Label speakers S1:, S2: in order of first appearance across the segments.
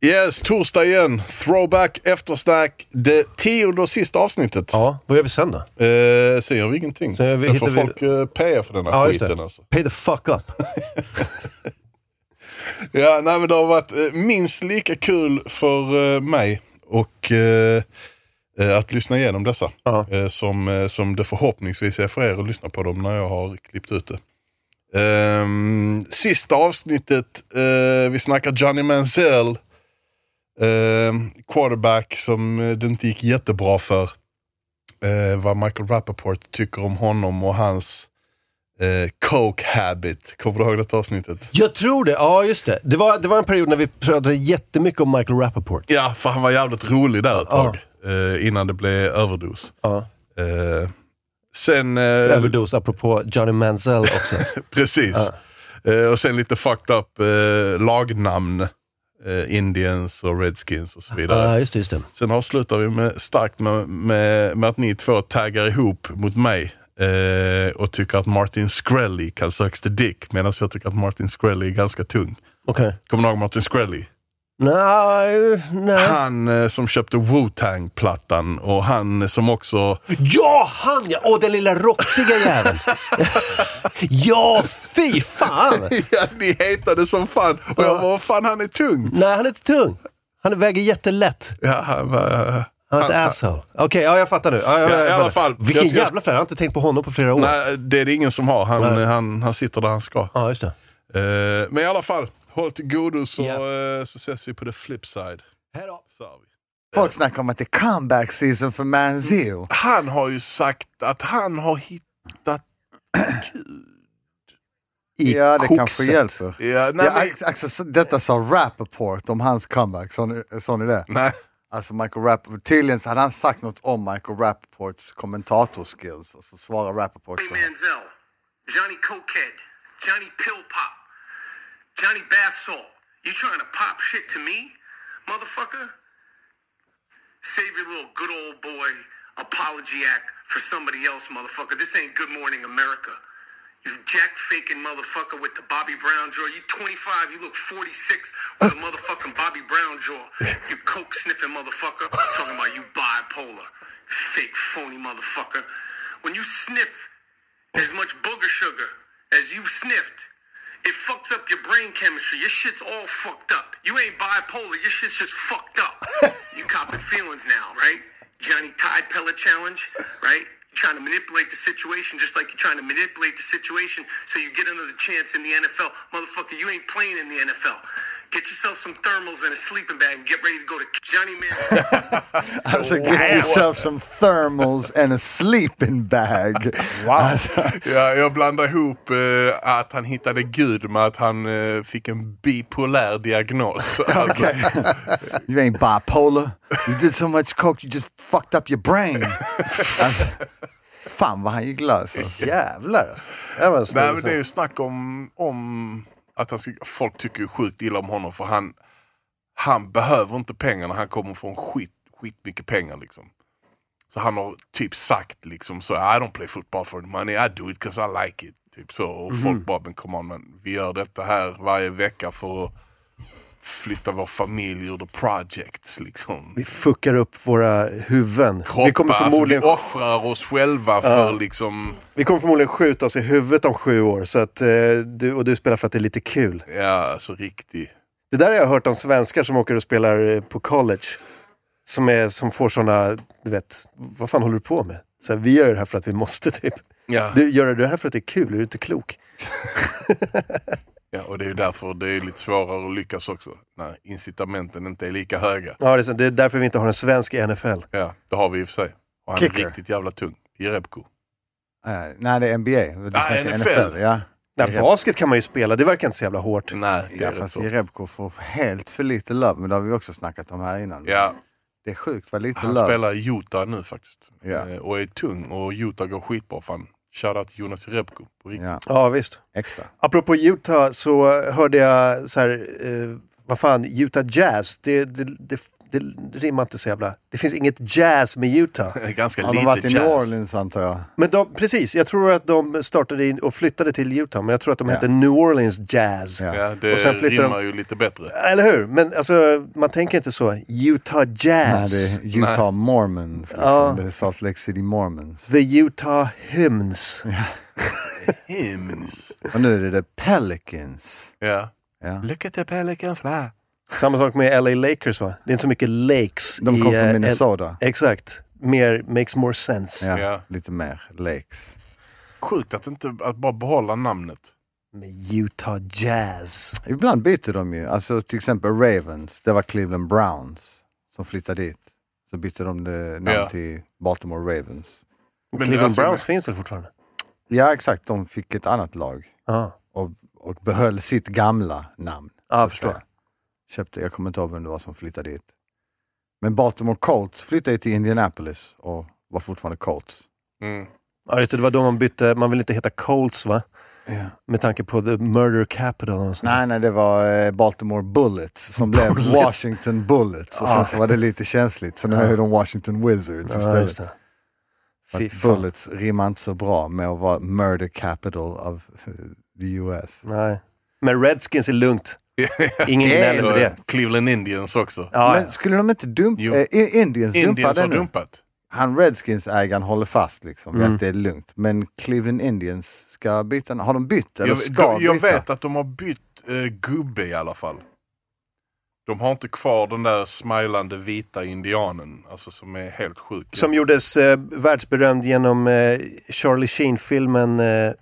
S1: Yes, torsdag igen. Throwback, eftersnack, det tionde och sista avsnittet.
S2: Ja, vad gör vi sen då?
S1: Eh, sen gör vi ingenting.
S2: Sen gör
S1: Sen,
S2: vi-
S1: får
S2: hittar vi-
S1: folk eh, paya för den här
S2: Ja, just
S1: skiten
S2: det.
S1: alltså.
S2: Pay the fuck up.
S1: Ja, nej men det har varit eh, minst lika kul för eh, mig och eh, eh, att lyssna igenom dessa.
S2: Ja.
S1: Eh, som, eh, som det förhoppningsvis är för er att lyssna på dem när jag har klippt ut det. Ehm, sista avsnittet, eh, vi snackar Johnny Manziel. Ehm, quarterback som eh, det inte gick jättebra för. Eh, vad Michael Rappaport tycker om honom och hans eh, coke habit. Kommer du ihåg detta avsnittet?
S2: Jag tror det, ja just det. Det var, det var en period när vi pratade jättemycket om Michael Rappaport.
S1: Ja, för han var jävligt rolig där ett
S2: Ja.
S1: tag. Eh, innan det blev överdos.
S2: Ja.
S1: Eh, sen... eh,
S2: Överdos, apropå Johnny Manziel också.
S1: precis. Eh, och sen lite fucked up eh, lagnamn. Eh, Indians och Redskins och så vidare.
S2: Ja, just det, just det.
S1: Sen avslutar vi med, starkt med, med, med att ni två taggar ihop mot mig. Eh, och tycker att Martin Screlly kan söks till Dick. Medan jag tycker att Martin Screlly är ganska tung.
S2: Okej.
S1: Kommer du ihåg Martin Screlly?
S2: Nej, nej.
S1: Han eh, som köpte Wu-Tang-plattan och han som också
S2: Ja, han ja! Åh, den lilla råttiga jäveln! ja, fy fan!
S1: Ja, ni hatade som fan. Och jag bara, vad fan han är tung.
S2: Nej, han är inte tung. Han väger jättelätt.
S1: Ja, han bara,
S2: Han är ett asshole. Okej, ja, jag fattar nu. Ja, Ah, ja,
S1: Ja,
S2: jag
S1: i alla
S2: fattar.
S1: fall.
S2: Vilken
S1: Jag ska-
S2: jävla färg. Jag har inte tänkt på honom på flera år.
S1: nej, det är det ingen som har. Han,
S2: Nej.
S1: han, han sitter där han ska.
S2: Ja, just det.
S1: Eh, men i alla fall, håll till godo så,
S2: Ja.
S1: eh, så ses vi på the flip side.
S2: Hej då.
S1: Så har vi.
S3: Folk snackar om att det är comeback season för Manziel.
S1: Han har ju sagt att han har hittat...
S2: I
S3: Ja, det kanske
S2: kokset.
S3: hjälper.
S1: Ja, nej,
S3: Ja,
S1: men-
S3: ex- alltså, så- detta sa Rappaport om hans comeback, sa ni, sa ni det?
S1: nej.
S3: Alltså Michael Rappaport, tydligen så hade han sagt något om Michael Rappaports kommentatorskills och så svarar Rappaport så
S4: Johnny
S3: här.
S4: Manziel, Johnny Cokehead, Johnny Pill Pop, Johnny Bath Salt. You trying to pop shit to me, motherfucker? Save your little good old boy apology act for somebody else, motherfucker. This ain't Good Morning America. You jack faking motherfucker with the Bobby Brown jaw. You 25, you look 46 with a motherfucking Bobby Brown jaw. You coke sniffing motherfucker. Talking about you bipolar. Fake phony motherfucker. When you sniff as much booger sugar as you've sniffed, it fucks up your brain chemistry. Your shit's all fucked up. You ain't bipolar. Your shit's just fucked up. you copping feelings now, right? Johnny Tide Pellet Challenge, right? You're trying to manipulate the situation just like you're trying to manipulate the situation so you get another chance in the NFL. Motherfucker, you ain't playing in the NFL. Get yourself some thermals and a sleeping bag and get ready to go to Johnny Man.
S3: Alltså get yourself some thermals and a sleeping bag. Alltså,
S1: Ja, jag blandar ihop eh, att han hittade Gud med att han eh, fick en bipolär diagnos. Alltså,
S3: you ain't bipolar. You did so much coke you just fucked up your brain. Alltså, fan vad han gick lös. alltså.
S2: Jävlar alltså. Det var en snygg
S1: Nej, men det är
S2: sån.
S1: ju snack om, om att han ska, folk tycker ju sjukt illa om honom för han, han behöver inte pengarna. Han kommer från skit, skit mycket pengar liksom. Så han har typ sagt liksom så I don't play football for the money, I do it cause I like it. Typ så. Och
S2: Mhm.
S1: folk bara, men come on man, vi gör detta här varje vecka för att flytta vår familj ur the projects liksom.
S2: Vi fuckar upp våra huvuden.
S1: Kroppar,
S2: vi, kommer förmodligen,
S1: alltså, vi offrar oss själva för liksom,
S2: vi kommer förmodligen skjuta oss i huvudet om sju år. Så att, eh, du, och du spelar för att det är lite kul.
S1: ja alltså riktig.
S2: Det där har jag hört om svenskar som åker och spelar eh, på college. Som, är, som får såna, du vet, vad fan håller du på med? Så här, vi gör det här för att vi måste typ.
S1: Ja.
S2: Du, gör det här för att det är kul, är du inte klok?
S1: Ja, och det är ju därför det är lite svårare att lyckas också. När incitamenten inte är lika höga.
S2: Ja, det är, så, det är därför vi inte har en svensk i NFL.
S1: Ja, det har vi i och för sig. Och han är
S3: Kicker.
S1: riktigt jävla tung. Jerebko.
S3: Eh, nej, det är NBA. Du snackar
S1: NFL.
S3: ja.
S2: Nej, basket kan man ju spela, det verkar inte så jävla hårt.
S1: Nej, det
S3: Ja,
S1: är rätt
S3: fast
S1: så.
S3: Jerebko får helt för lite love, men det har vi också snackat om här innan.
S1: Ja,
S3: Det är sjukt vad lite
S1: han
S3: love.
S1: spelar i Utah nu faktiskt.
S3: Ja.
S1: Eh, Och är tung och Utah går skitbra för han. Shoutout till Jonas Jerebko. På riktigt.
S3: Ja,
S2: Ja, visst.
S3: extra.
S2: Apropå Utah så hörde jag så här, eh, vad fan, Utah Jazz, det, det, det, Det rimmar inte så jävla... Det finns inget jazz med Utah.
S1: Det är Ganska
S3: Han har
S1: lite
S3: varit i
S1: jazz.
S3: New Orleans antar jag.
S2: Men de, precis, jag tror att de startade in och flyttade till Utah, men jag tror att de hette New Orleans Jazz.
S3: Ja.
S1: Ja, det
S2: Och sen flyttar de-
S1: rimmar ju lite bättre.
S2: Eller hur? Men alltså, man tänker inte så. Utah
S3: Nej,
S2: Jazz.
S3: det är Utah Mormons. Liksom.
S2: Ja.
S3: Det är Salt Lake City Mormons.
S2: The Utah Hymns.
S1: Hymns.
S3: Och nu är det The Pelicans.
S1: Ja.
S3: Ja.
S1: Look at the pelican fly.
S2: Samma sak med LA Lakers va? Det är inte så mycket lakes
S3: De
S2: i...
S3: kom
S2: eh,
S3: från Minnesota.
S2: L- Exakt. Mer makes more sense.
S3: Ja,
S1: Ja.
S3: Lite mer lakes.
S1: Sjukt att inte att bara behålla namnet.
S2: Med Utah Jazz.
S3: Ibland byter de ju. Alltså till exempel Ravens. Det var Cleveland Browns som flyttade dit. Så bytte de det namn
S1: Ja.
S3: till Baltimore Ravens.
S2: Och
S1: Men
S2: Cleveland
S1: alltså-
S2: Browns finns väl fortfarande?
S3: Ja, exakt. De fick ett annat lag
S2: Ja,
S3: och, och behöll sitt gamla namn.
S2: ah, jag
S3: så att
S2: förstår.
S3: säga. Köpte, jag kommer inte ihåg vem det var som flyttade dit. Men Baltimore Colts flyttade ju till Indianapolis och var fortfarande Colts.
S1: Mm.
S2: Ja, just det, det var då man bytte. Man ville inte heta Colts va? Med tanke på the murder capital och sånt.
S3: Nej, nej, det var eh, Baltimore Bullets Ah. som blev Washington Bullets och sen så var det lite känsligt. Så nu är de Washington Wizards
S2: ja, just
S3: istället.
S2: det.
S3: För
S2: Fy
S3: att
S2: fan.
S3: Bullets rimmar inte så bra med att vara murder capital of eh, the US.
S2: Nej. Men Redskins är lugnt. Ingen
S3: Det är
S2: gnäller för det.
S1: Och Cleveland Indians också.
S2: Ja,
S3: Men skulle de inte dumpa,
S1: Jo.
S3: eh, I- Indians dumpa
S1: Indians
S3: det
S1: har
S3: nu?
S1: dumpat.
S3: Han Redskins-ägaren håller fast liksom, vid
S2: Mm.
S3: att det är lugnt. Men Cleveland Indians ska byta, har de bytt eller
S1: Jag,
S3: ska
S1: de, jag
S3: byta?
S1: vet att de har bytt eh, gubbe i alla fall. De har inte kvar den där smilande vita indianen, alltså som är helt sjuk.
S2: Som gjordes eh, världsberömd genom eh, Charlie Sheen-filmen... Eh,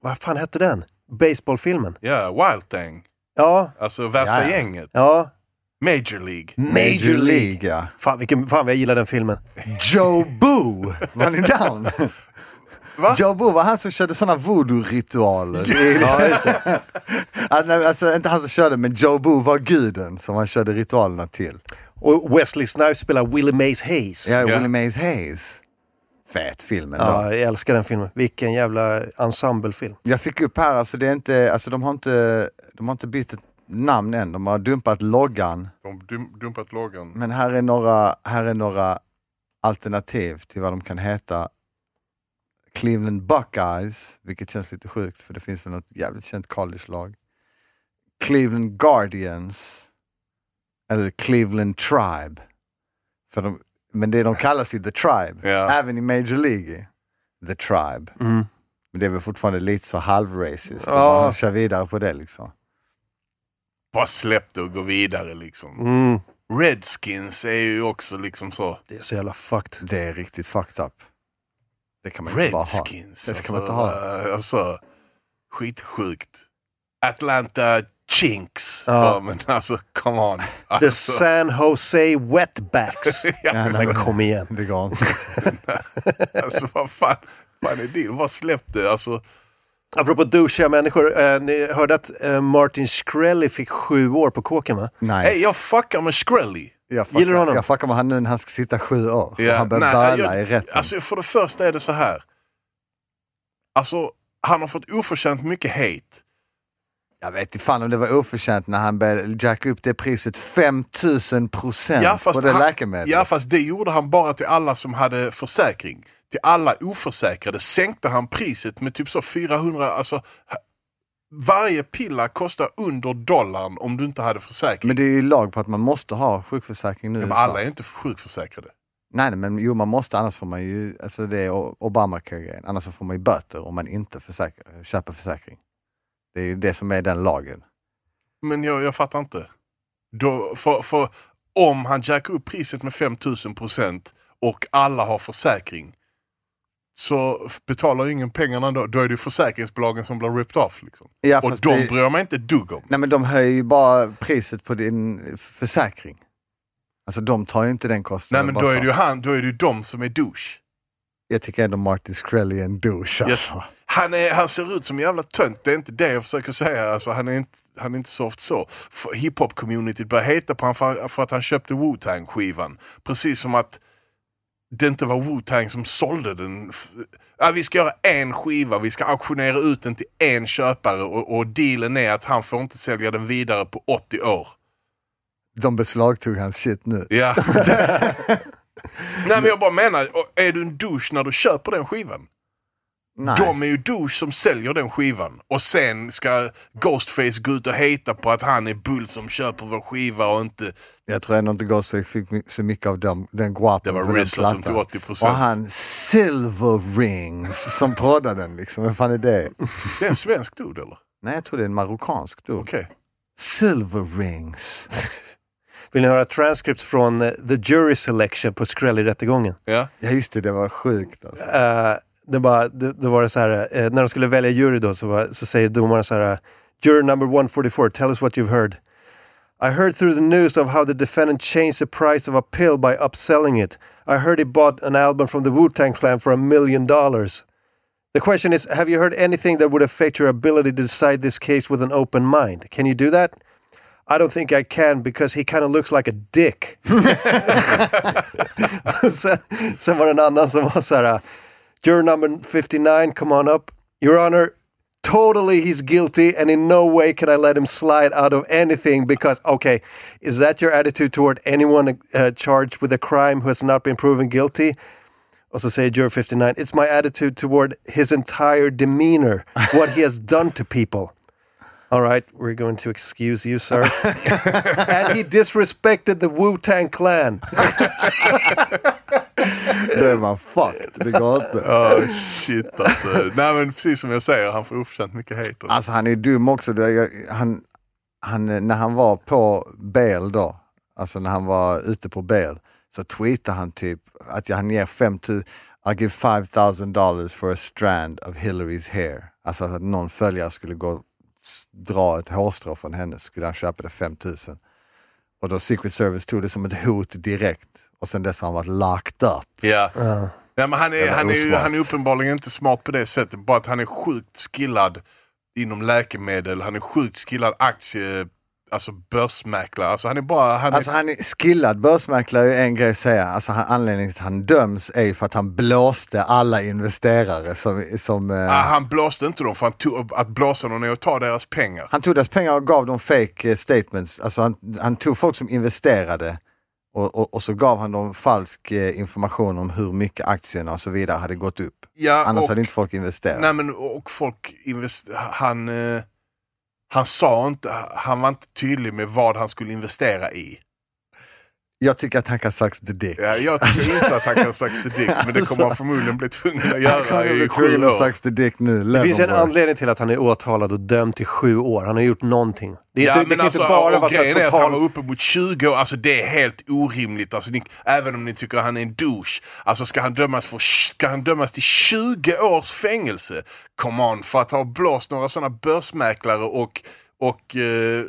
S2: vad fan hette den? Baseballfilmen.
S1: Ja, Wild Thing.
S2: Ja,
S1: Alltså värsta
S3: Ja, ja.
S1: gänget.
S2: ja.
S1: Major League.
S3: Major League, ja.
S2: Fan, vilken, fan vad jag gillar den filmen.
S3: Joe Boo! Var ni down?
S1: Va?
S3: Joe Boo var han som körde sådana voodoo-ritualer. ja, just det. alltså inte han som körde, men Joe Boo var guden som han körde ritualerna till.
S2: Och Wesley Snipes spelar Willie Mays Hayes.
S3: Ja,
S2: Ja,
S3: Willie Mays Hayes. Fett filmen då.
S2: jag älskar den filmen. Vilken jävla ensemblefilm.
S3: Jag fick upp här, alltså det är inte, alltså de har inte, de har inte bytt ett namn än. De har dumpat loggan.
S1: De har dum, dumpat loggan.
S3: Men här är några, här är några alternativ till vad de kan heta. Cleveland Buckeyes, vilket känns lite sjukt för det finns väl något jävligt känt college-lag. Cleveland Guardians eller Cleveland Tribe. För de, men det de kallas ju The Tribe,
S1: Ja.
S3: även i Major League. The Tribe.
S2: Mm.
S3: Men det är väl fortfarande lite så halvracist.
S2: Ja.
S3: Ja. Kör vidare på det liksom.
S1: Bara släpp det och gå vidare liksom.
S2: Mm.
S1: Redskins är ju också liksom så.
S2: Det är så jävla fucked.
S3: Det är riktigt fucked up. Det kan man inte bara ha.
S1: Redskins.
S3: Det ska man inte ha.
S1: eh, Alltså, skitsjukt. Atlanta Chinks.
S2: Ja.
S1: Ja. men alltså, come on.
S2: The
S1: Alltså,
S2: San Jose Wetbacks.
S1: ja,
S2: Men
S3: nej, men-
S2: kom igen.
S3: Det går inte.
S1: alltså vad fan, fan är det? Vad släppte? Alltså,
S2: Apropå douchiga människor, eh, ni hörde att eh, Martin Shkreli fick sju år på kåken va?
S3: Nej.
S1: hej jag fuckar med Shkreli.
S3: jag
S2: gillar du honom?
S3: Jag fuckar med han nu när han ska sitta sju år.
S1: Ja,
S3: Han börjar
S1: nej,
S3: böla
S1: jag-
S3: i rätten.
S1: Alltså för det första är det så här. Alltså, han har fått oförtjänt mycket hate.
S3: jag vet inte fan om det var oförtjänt när han började jacka upp det priset 5000 procent på det
S1: han,
S3: läkemedlet.
S1: ja fast det gjorde han bara till alla som hade försäkring. Till alla oförsäkrade sänkte han priset med typ så 400, alltså ha- varje pilla kostar under dollarn om du inte hade försäkring.
S3: Men det är ju lag på att man måste ha sjukförsäkring nu.
S1: Ja,
S3: i
S1: men
S3: USA.
S1: alla är inte sjukförsäkrade.
S3: Nej, nej, men jo man måste annars får man ju, alltså det är O- Obamacare-grejen, annars så får man ju böter om man inte försäkrar, köper försäkring. Det är ju det som är den lagen.
S1: Men jag, jag fattar inte. Då, för, för om han jackar upp priset med 5000 procent och alla har försäkring så f- betalar ju ingen pengarna då. Då är det ju försäkringsbolagen som blir ripped off. Liksom.
S3: Ja,
S1: och
S3: fast
S1: de
S3: det-
S1: bryr man inte ett dugg om.
S3: Nej men de höjer ju bara priset på din försäkring. Alltså de tar ju inte den
S1: Nej
S3: kostnaden.
S1: men
S3: bara
S1: då är
S3: så.
S1: det ju han, då är det ju de som är douche.
S3: Jag tycker ändå Martin Shkreli är en douche
S1: Yes.
S3: alltså.
S1: Han, är, han ser ut som en jävla tönt, det är inte det jag försöker säga. Alltså, han, är inte, han är inte soft så. F- Hiphop-communityt börjar heta på honom för, för att han köpte Wu-Tang-skivan. Precis som att det inte var Wu-Tang som sålde den. F- Ja, vi ska göra en skiva, vi ska auktionera ut den till en köpare och, och dealen är att han får inte sälja den vidare på 80 år.
S3: De beslagtog hans shit nu.
S1: Ja. Nej men jag bara menar, och är du en douche när du köper den skivan?
S3: Nej.
S1: De är ju douche som säljer den skivan. Och sen ska Ghostface gå ut och hejta på att han är bull som köper vår skiva och inte...
S3: Jag tror ändå inte Ghostface fick my- så mycket av dem, den
S1: Det
S3: guapen
S1: var
S3: för den
S1: Rizzle som
S3: plattan.
S1: tog 80%.
S3: Och han Silver Rings som proddade den liksom. Vad fan är det?
S1: Det är en svensk dude eller?
S3: Nej, jag tror det är en marockansk dude.
S1: Okej.
S3: Silver Rings.
S2: Vill ni höra transcripts från eh, The Jury Selection på Shkreli-rättegången?
S1: Ja.
S3: Ja just det, det var sjukt alltså.
S2: Eh, det, bara, det, det var det så här, eh, när de skulle välja jury då så, var, så säger domaren så här, Juror number 144, tell us what you've heard. I heard through the news of how the defendant changed the price of a pill by upselling it. I heard he bought an album from the Wu-Tang Clan for a million dollars. The question is, have you heard anything that would affect your ability to decide this case with an open mind? Can you do that? I don't think I can because he kind of looks like a dick. sen, sen var det en annan som var så här, uh, Juror number 59, come on up. Your honor, totally he's guilty and in no way can I let him slide out of anything because, okay, is that your attitude toward anyone uh, charged with a crime who has not been proven guilty? Och så säger juror 59, it's my attitude toward his entire demeanor, what he has done to people. All right, we're going to excuse you, sir. and he disrespected the Wu-Tang Clan.
S3: Då är man fucked, det går inte.
S1: Oh, shit alltså. Nej men precis som jag säger, han får oförtjänt mycket hate.
S3: Alltså han är ju dum också. Det är ju- Han, han, eh, när han var på Bel då, alltså när han var ute på Bel, så tweetade han typ att han ger 5000 I give 5000 dollars for a strand of Hillary's hair. Alltså att någon följare skulle gå och s- dra ett hårstrå från henne, så skulle han köpa det 5000. Och då Secret Service tog det som ett hot direkt. Och sen dess har han varit locked up.
S1: Ja. Nej, men han, är,
S3: Jävla
S1: han, är, ju-
S3: osmart.
S1: han är uppenbarligen inte smart på det sättet. Bara att han är sjukt skillad inom läkemedel. Han är sjukt skillad aktie... Alltså börsmäklare. Alltså han är bara... Han är,
S3: Alltså han är skillad börsmäklare är ju en grej att säga. Alltså han, anledningen till att han döms är ju för att han blåste alla investerare som... som eh,
S1: Ah, han blåste inte dem för han tog, att blåsa någon är att ta deras pengar.
S3: Han tog deras pengar och gav dem fake eh, statements. Alltså han, han tog folk som investerade och, och, och så gav han dem falsk eh, information om hur mycket aktierna och så vidare hade gått upp.
S1: Ja,
S3: Annars
S1: Ah, och,
S3: hade inte folk investerat.
S1: nej, men, och folk invest, han, eh, han sa inte, han var inte tydlig med vad han skulle investera i.
S3: Jag tycker att han kan sax the dick.
S1: Ja, jag tycker inte att han kan sagt det dick, men det kommer han förmodligen bli tvungen att göra
S3: Han
S1: i sju
S3: är tvungen att
S1: år.
S3: sax the dick nu.
S2: Det finns en
S3: Leavenworth.
S2: anledning till att han är åtalad och dömd till sju år. Han har gjort någonting. Det, är
S1: Ja,
S2: inte- det
S1: men
S2: kan
S1: alltså,
S2: inte bara
S1: och
S2: vara så
S1: grejen
S2: här
S1: är att han var
S2: total...
S1: uppe mot 20 år, alltså det är helt orimligt. Alltså, ni, även om ni tycker att han är en douche, alltså ska han dömas, för, ska han dömas till 20 års fängelse? Come on, för att ha blåst några sådana börsmäklare och, och eh,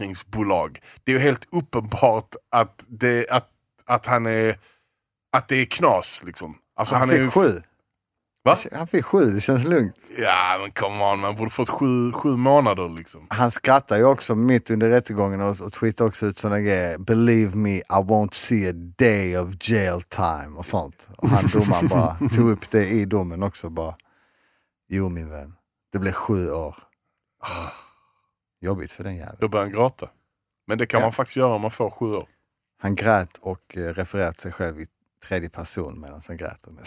S1: försäkringsbolag. Det är ju helt uppenbart att det, att, att han är, att det är knas liksom. Alltså,
S3: Han,
S1: han, är
S3: fick
S1: ju,
S3: sju.
S1: Va?
S3: Han fick sju, det känns lugnt.
S1: Ja men come on, man borde fått sju, sju månader liksom.
S3: han skrattar ju också mitt under rättegången och, och twittrar också ut sådana grejer. Believe me, I won't see a day of jail time och sånt. Och han domaren bara tog upp det i domen också bara. Jo min vän, det blev sju år.
S2: Ah.
S3: Jobbigt för den jäveln.
S1: Då börjar han gråta. Men det kan
S3: Ja.
S1: man faktiskt göra om man får sju år.
S3: Han grät och eh, refererade till sig själv i tredje person medan han grät. om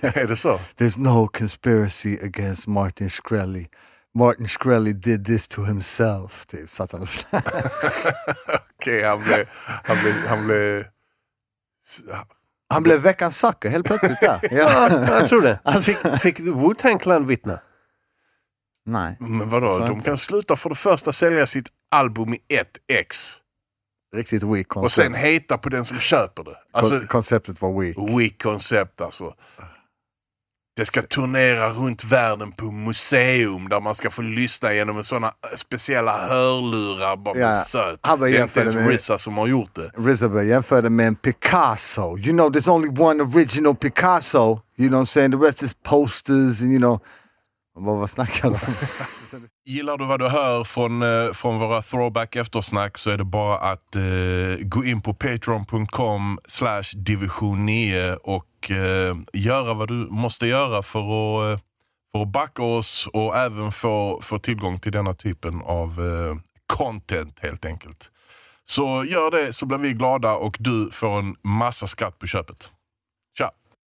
S3: det.
S1: är det så?
S3: There's no conspiracy against Martin Shkreli. Martin Shkreli did this to himself. Typ, satt han och
S1: Okej, han blev... Han blev, han blev
S3: Han blev veckans sucker helt plötsligt där. Ja.
S2: Jag tror det. Fick, fick Wu-Tang Clan vittna?
S3: Nej,
S1: men vadå,
S3: Så
S1: de
S3: inte.
S1: kan sluta för det första sälja sitt album i ett ex.
S3: riktigt weak koncept.
S1: Och sen hejta på den som köper det. Alltså,
S3: Kon- konceptet var weak.
S1: weak koncept alltså. Det ska turnera runt världen på museum där man ska få lyssna genom en såna speciella hörlurar bara
S3: Ja,
S1: för söt.
S3: han var
S1: det är inte
S3: jämförde
S1: ens
S3: med-
S1: Rissa som har gjort det.
S3: Rizabel jämförde med en Picasso. You know there's only one original Picasso. You know what I'm saying? The rest is posters and you know. Jag Bara, vad snackar de om?
S5: Gillar du vad du hör från, eh, från våra throwback eftersnack så är det bara att eh, gå in på patreon.com slash division 9 och eh, göra vad du måste göra för att, eh, för att backa oss och även få, få tillgång till denna typen av eh, content helt enkelt.
S1: Så gör det så blir vi glada och du får en massa skatt på köpet.